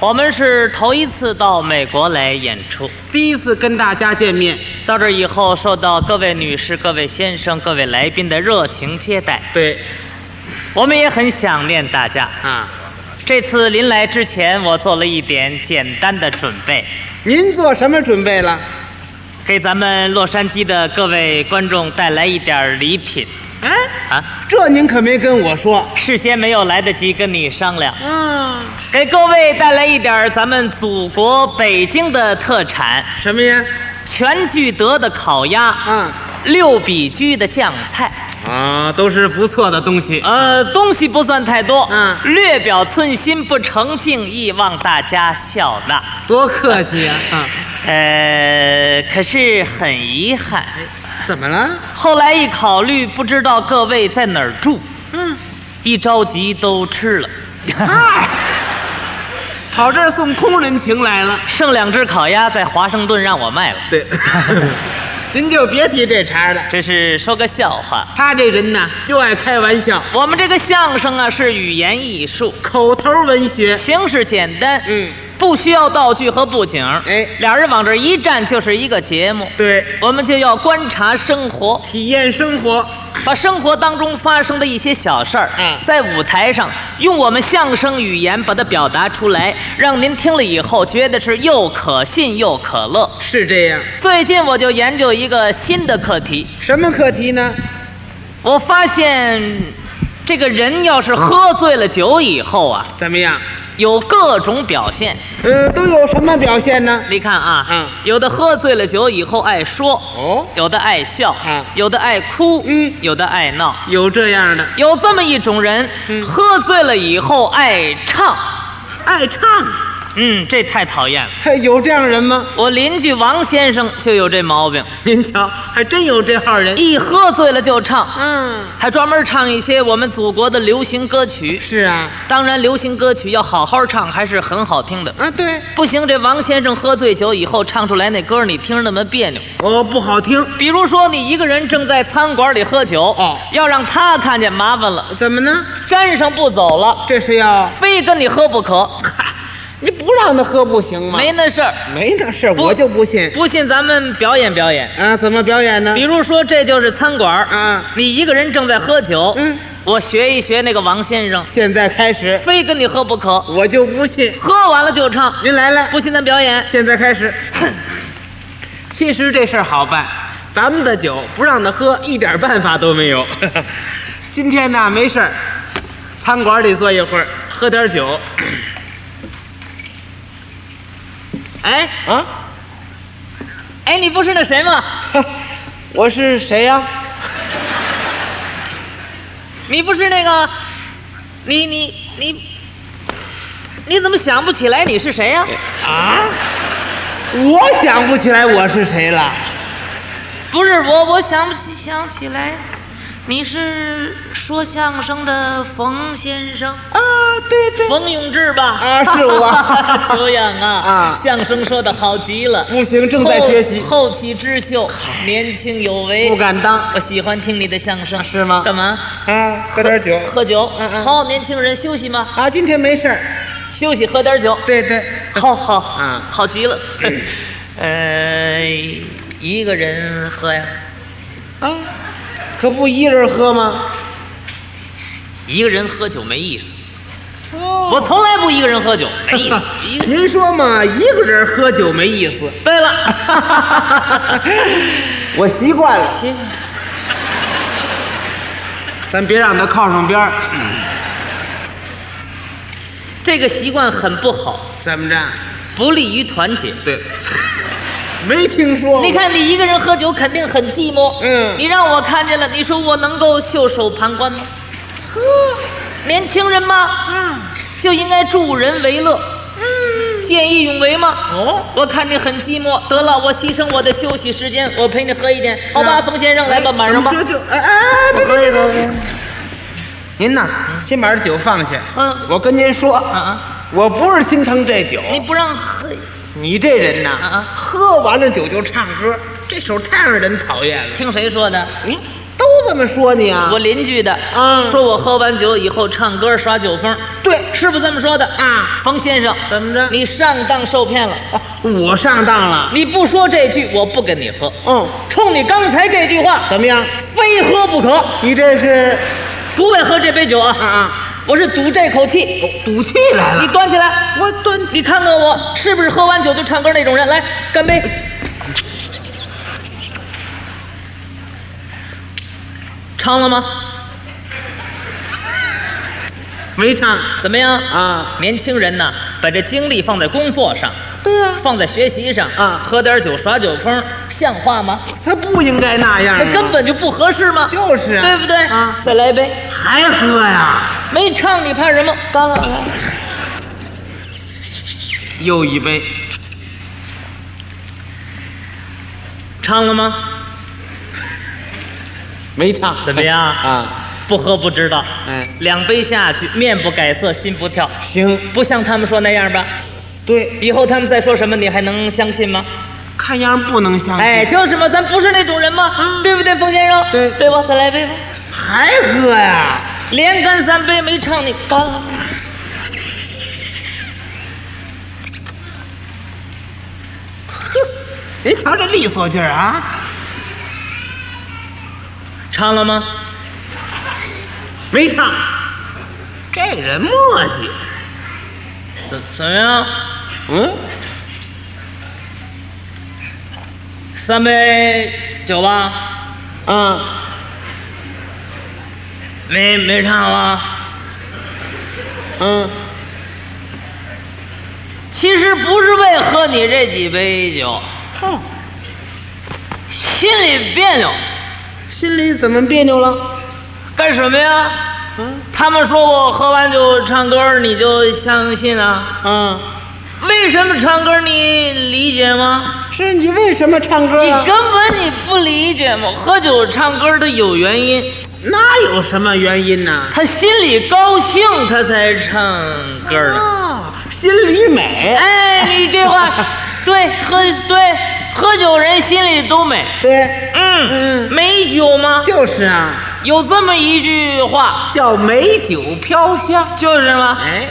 我们是头一次到美国来演出，第一次跟大家见面，到这以后受到各位女士、各位先生、各位来宾的热情接待，对，我们也很想念大家。啊，这次临来之前，我做了一点简单的准备，您做什么准备了？给咱们洛杉矶的各位观众带来一点礼品啊，啊，这您可没跟我说。事先没有来得及跟你商量，啊，给各位带来一点咱们祖国北京的特产什么呀？ ——全聚德的烤鸭、啊六比居的酱菜。啊，都是不错的东西。呃，东西不算太多，嗯略表寸心，不成敬意，望大家笑纳。多客气呀、啊！呃，可是很遗憾，怎么了？后来一考虑，不知道各位在哪儿住，嗯，一着急都吃了，啊跑这儿送空人情来了。剩两只烤鸭在华盛顿让我卖了，对， 您就别提这茬了。这是说个笑话。他这人呐，就爱开玩笑，我们这个相声啊是语言艺术，口头文学。形式简单，嗯，不需要道具和布景，哎俩人往这一站就是一个节目。对，我们就要观察生活，体验生活。把生活当中发生的一些小事儿，嗯在舞台上用我们相声语言把它表达出来，让您听了以后觉得是又可信又可乐。是这样。最近我就研究一个新的课题，什么课题呢？我发现，这个人要是喝醉了酒以后啊，怎么样？有各种表现。呃，都有什么表现呢？你看啊，嗯有的喝醉了酒以后爱说，哦，有的爱笑，嗯有的爱哭，嗯有的爱闹。有这样的，有这么一种人，喝醉了以后爱唱，爱唱。嗯，这太讨厌了。嘿，有这样人吗？我邻居王先生就有这毛病，您瞧，还真有这号人。一喝醉了就唱，嗯，还专门唱一些我们祖国的流行歌曲。是啊，当然，流行歌曲要好好唱，还是很好听的。啊对，不行，这王先生喝醉酒以后唱出来那歌，你听着那么别扭。哦，不好听。比如说，你一个人正在餐馆里喝酒，哦要让他看见麻烦了，怎么呢？沾上不走了，这是要非跟你喝不可，你不让他喝不行吗？没那事儿。没那事儿，不我就不信。不信，咱们表演表演。啊，怎么表演呢比？如说，这就是餐馆儿啊，你一个人正在喝酒，嗯，我学一学那个王先生，现在开始，非跟你喝不可，我就不信。喝完了就唱。您来来，不信咱表演，现在开 始。其实这事儿好办，咱们的酒不让他喝，一点办法都没有。 今天呢，没事儿，餐馆里坐一会儿，喝点酒哎啊。哎，你不是那谁吗？我是谁呀、你不是那个，你你你，你怎么想不起来你是谁呀、啊？我想不起来我是谁了。不是我，我想不起想起来，你是说相声的冯先生。啊，对对，冯永志吧？啊是 我 久仰啊！啊相声说的好极了，不行，正在学习，后后起之秀，年轻有为。不敢当。我喜欢听你的相声，是吗干嘛？啊，喝点酒喝酒。嗯嗯好，年轻人休息吗？啊，今天没事儿。休息，喝点酒。对对，好好，嗯好极了。 呃，一个人喝呀，啊，可不一人喝吗？一个人喝酒没意思。哦我从来不一个人喝酒，没意思。 您说嘛，一个人喝酒没意思，对了， 我习惯了。咱别让他靠上边儿，这个习惯很不好，怎么着？不利于团结。对，没听说过。你，看，你一个人喝酒肯定很寂寞。嗯你让我看见了，你说我能够袖手旁观吗？呵，年轻人嘛，啊，就应该助人为乐，见义勇为嘛。嗯哦，我看你很寂寞，得了，我牺牲我的休息时间，我陪你喝一点，啊好吧，冯先生，来吧，满上吧，这就哎哎，别喝一个，您嗯呐，先把这酒放下。喝我跟您说，啊，我不是心疼这酒，你不让喝，你这人呐，啊喝完了酒就唱歌，这手太让人讨厌了。听谁说的？你都这么说你啊我？邻居的，嗯说我喝完酒以后唱歌耍酒疯，对，是不是这么说的啊？冯先生，怎么着你上当受骗了，啊我上当了。你不说这句，我不跟你喝。嗯，冲你刚才这句话，怎么样？非喝不可，你这是不为喝这杯酒啊啊！啊，我是赌这口气，哦赌气来你了。端起来，我蹲，你看看我是不是喝完酒就唱歌那种人？来，干杯！唱了吗？没唱怎么样？啊？年轻人呐，把这精力放在工作上，对呀、放在学习上啊喝点酒耍酒疯，像话吗？他不应该那样啊。那根本就不合适吗？就是啊对不对？啊再来一杯，还喝呀？没唱你怕什么？干了，来又一杯，唱了吗？没唱。怎么样？啊？不喝不知道，哎两杯下去，面不改色，心不跳，行，不像他们说那样吧？对，以后他们再说什么，你还能相信吗？看样不能相信。哎，就是嘛，咱不是那种人嘛，对不对，冯先生？对嗯对吧？再来一杯吧，还喝呀？连干三杯没唱你干了。您瞧这利索劲儿啊！唱了吗？没唱，这人磨叽。怎怎么样？嗯，三杯酒吧？啊，没没唱啊？嗯，其实不是为喝你这几杯酒，哦，心里别扭。心里怎么别扭了？干什么呀？嗯他们说我喝完酒唱歌，你就相信啊？啊，为什么唱歌你理解吗？是你为什么唱歌啊你呀、根本你不理解嘛。喝酒唱歌它有原因，那有什么原因呢？他心里高兴他才唱歌呢。啊，心里美。哎，你这话对，喝对喝酒人心里都美。对，嗯，嗯美酒吗？就是啊，有这么一句话，叫美酒飘香。就是吗？哎，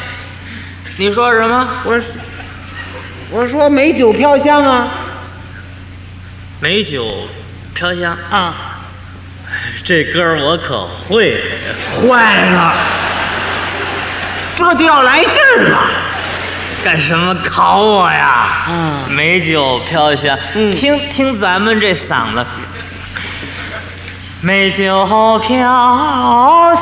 你说什么？我说，我说美酒飘香啊美酒飘香，啊，这歌儿我可会。坏了，这就要来劲儿了。干什么考我呀？嗯美酒飘香，嗯听听咱们这嗓子。美酒啊飘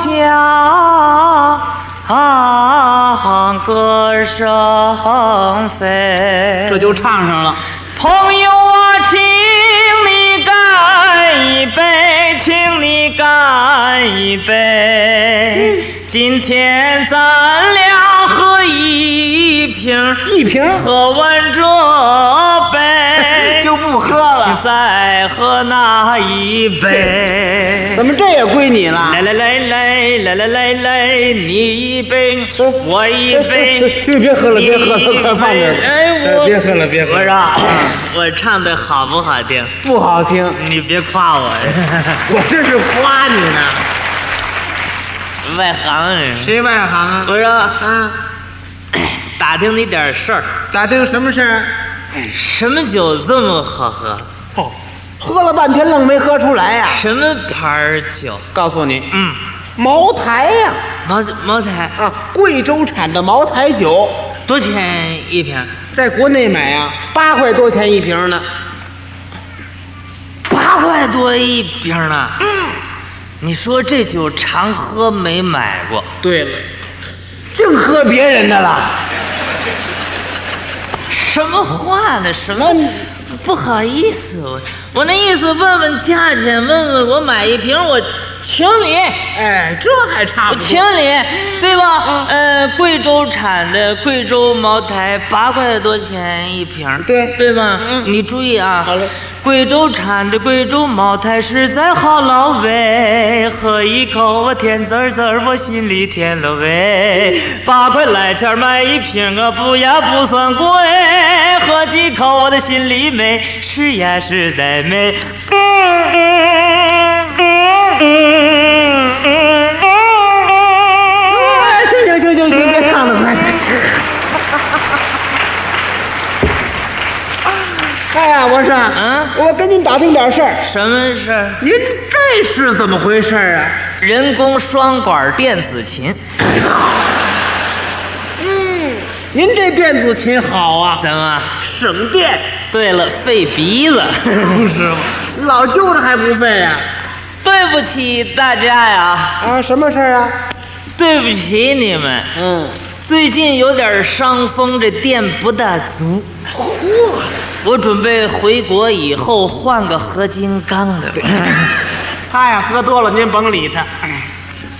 香，歌声飞。这就唱上了。朋友啊，请你干一杯，请你干一嗯杯。今天咱俩喝一瓶，一瓶儿喝完这杯 就不喝了，再喝那一杯。 怎么这也归你了？来来来来来来来来，你一杯，我一 杯。行，别喝了，别喝了，快放这儿。哎，我别喝了，别喝我了，说，嗯我唱的好不好听？不好听。你别夸我呀， 我这是夸你呢。外行人。谁外行啊？我说，啊，打听你点事儿，打听什么事儿？啊什么酒这么好喝？哦，喝了半天愣没喝出来呀、什么牌儿酒？告诉你，嗯，茅台呀、茅茅台啊，贵州产的茅台酒，多少钱一瓶？在国内买啊，八块多钱一瓶呢。八块多一瓶呢。你说这酒常喝没买过，对了，净喝别人的了。什么话呢？什么那你？不好意思，我我那意思问问价钱，问问我买一瓶，我请你，哎，这还差我不请多。你，对嗯吧？呃，贵州产的贵州茅台，八块多钱一瓶，对嗯对吧？你注意啊。好嘞。贵州产的贵州茅台实在好老味，喝一口我甜滋儿滋儿，我心里甜了味。八块来钱儿买一瓶啊，不呀不算贵，喝几口我的心里嗯美，是呀实在美。嗯 哎博士，啊嗯我跟您打听点事儿。什么事儿？您这是怎么回事儿啊？人工双管电子琴您这电子琴好啊，怎么？省电，对了，费鼻子，不是吗？老旧的还不啊费呀、 对不起大家呀，啊？什么事儿啊？对不起你们。嗯，最近有点伤风，这电不大足。嚯，我准备回国以后换个合金钢的，他呀喝多了，您甭理他。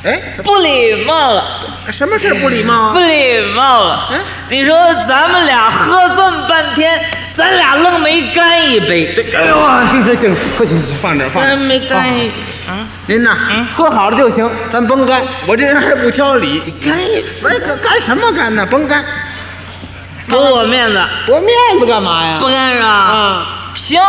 哎， 不礼貌了，什么事儿不礼貌不啊？礼貌了。嗯你说咱们俩喝这么半天，咱俩愣没干一杯，对，哎呦，行行行，行行，放这儿放这咱儿。没干一，您呐，喝好了就行，咱甭干。嗯我这人还不挑理，干一哎，干干什么干呢？甭干，给我面子，驳面子干嘛呀不？干是吧？嗯啊，行，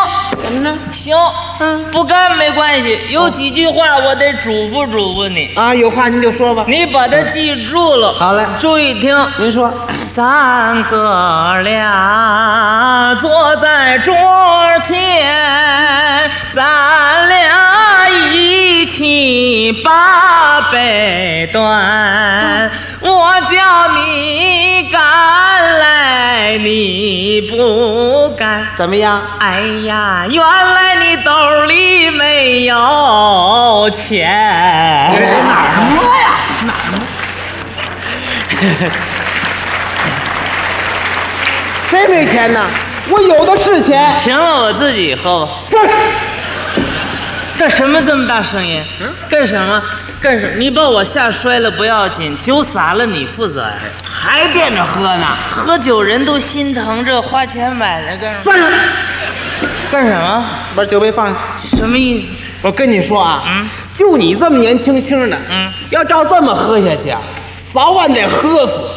怎么着？行，嗯，不干没关系，嗯有几句话我得嘱咐嘱咐你，啊，有话您就说吧。你把它记住了。好嘞注意听，您说，咱哥俩坐在桌前，咱俩一起把杯端。嗯我叫你干来，你不干。怎么样？哎呀，原来你兜里没有钱。哪儿摸呀？哪儿摸？谁没钱呢？我有的是钱。行了，我自己喝吧。这干什么这么大声音？干什么？干什么？你把我吓摔了不要紧，酒洒了你负责呀。还惦着喝呢？喝酒人都心疼，这花钱买来干什么？放下，干什么？把酒杯放下。什么意思？我跟你说啊，嗯就你这么年轻轻的，嗯，要照这么喝下去啊，早晚得喝死。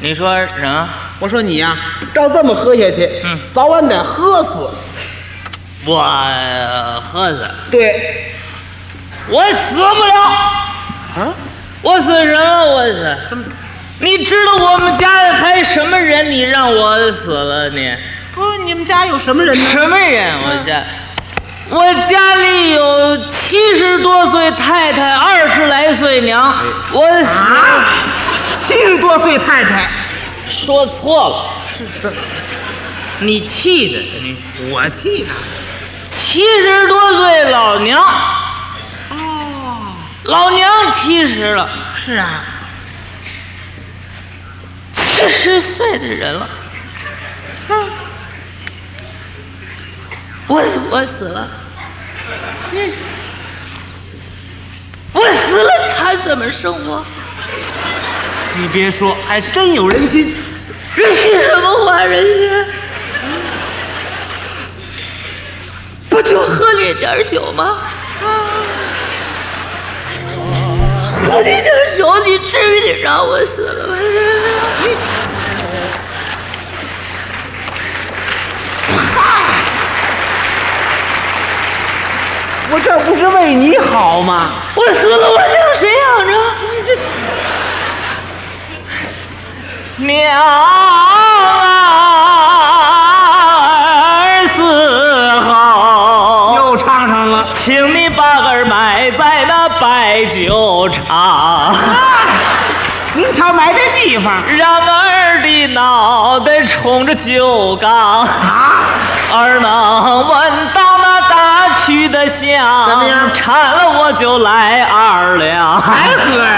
你说什么？我说你呀、照这么喝下去，嗯，早晚得喝死。我呃喝死，对，我死不了。啊，我死什么？我死！你知道我们家还什么人？你让我死了你？不，你们家有什么人什么人？我家，我家里有七十多岁太太，二十来岁娘。我死了啊，七十多岁太太，说错了，你气的，你我气他。七十多岁老娘，老娘七十了，哦是啊，七十岁的人了。嗯我我死了，嗯我死了，他怎么生活？你别说，还真有人心。人心什么话？人心不就喝了一点酒吗？喝了一点酒，你至于得让我死了吗？我这不是为你好吗？我死了，我让谁养着？你这娘儿死后。又唱上了，请你把儿埋在那白酒场，您瞧埋这地方让儿的脑袋冲着酒缸，啊儿能闻到那大曲的香怎么样，哎馋了我就来二两。还喝呀、啊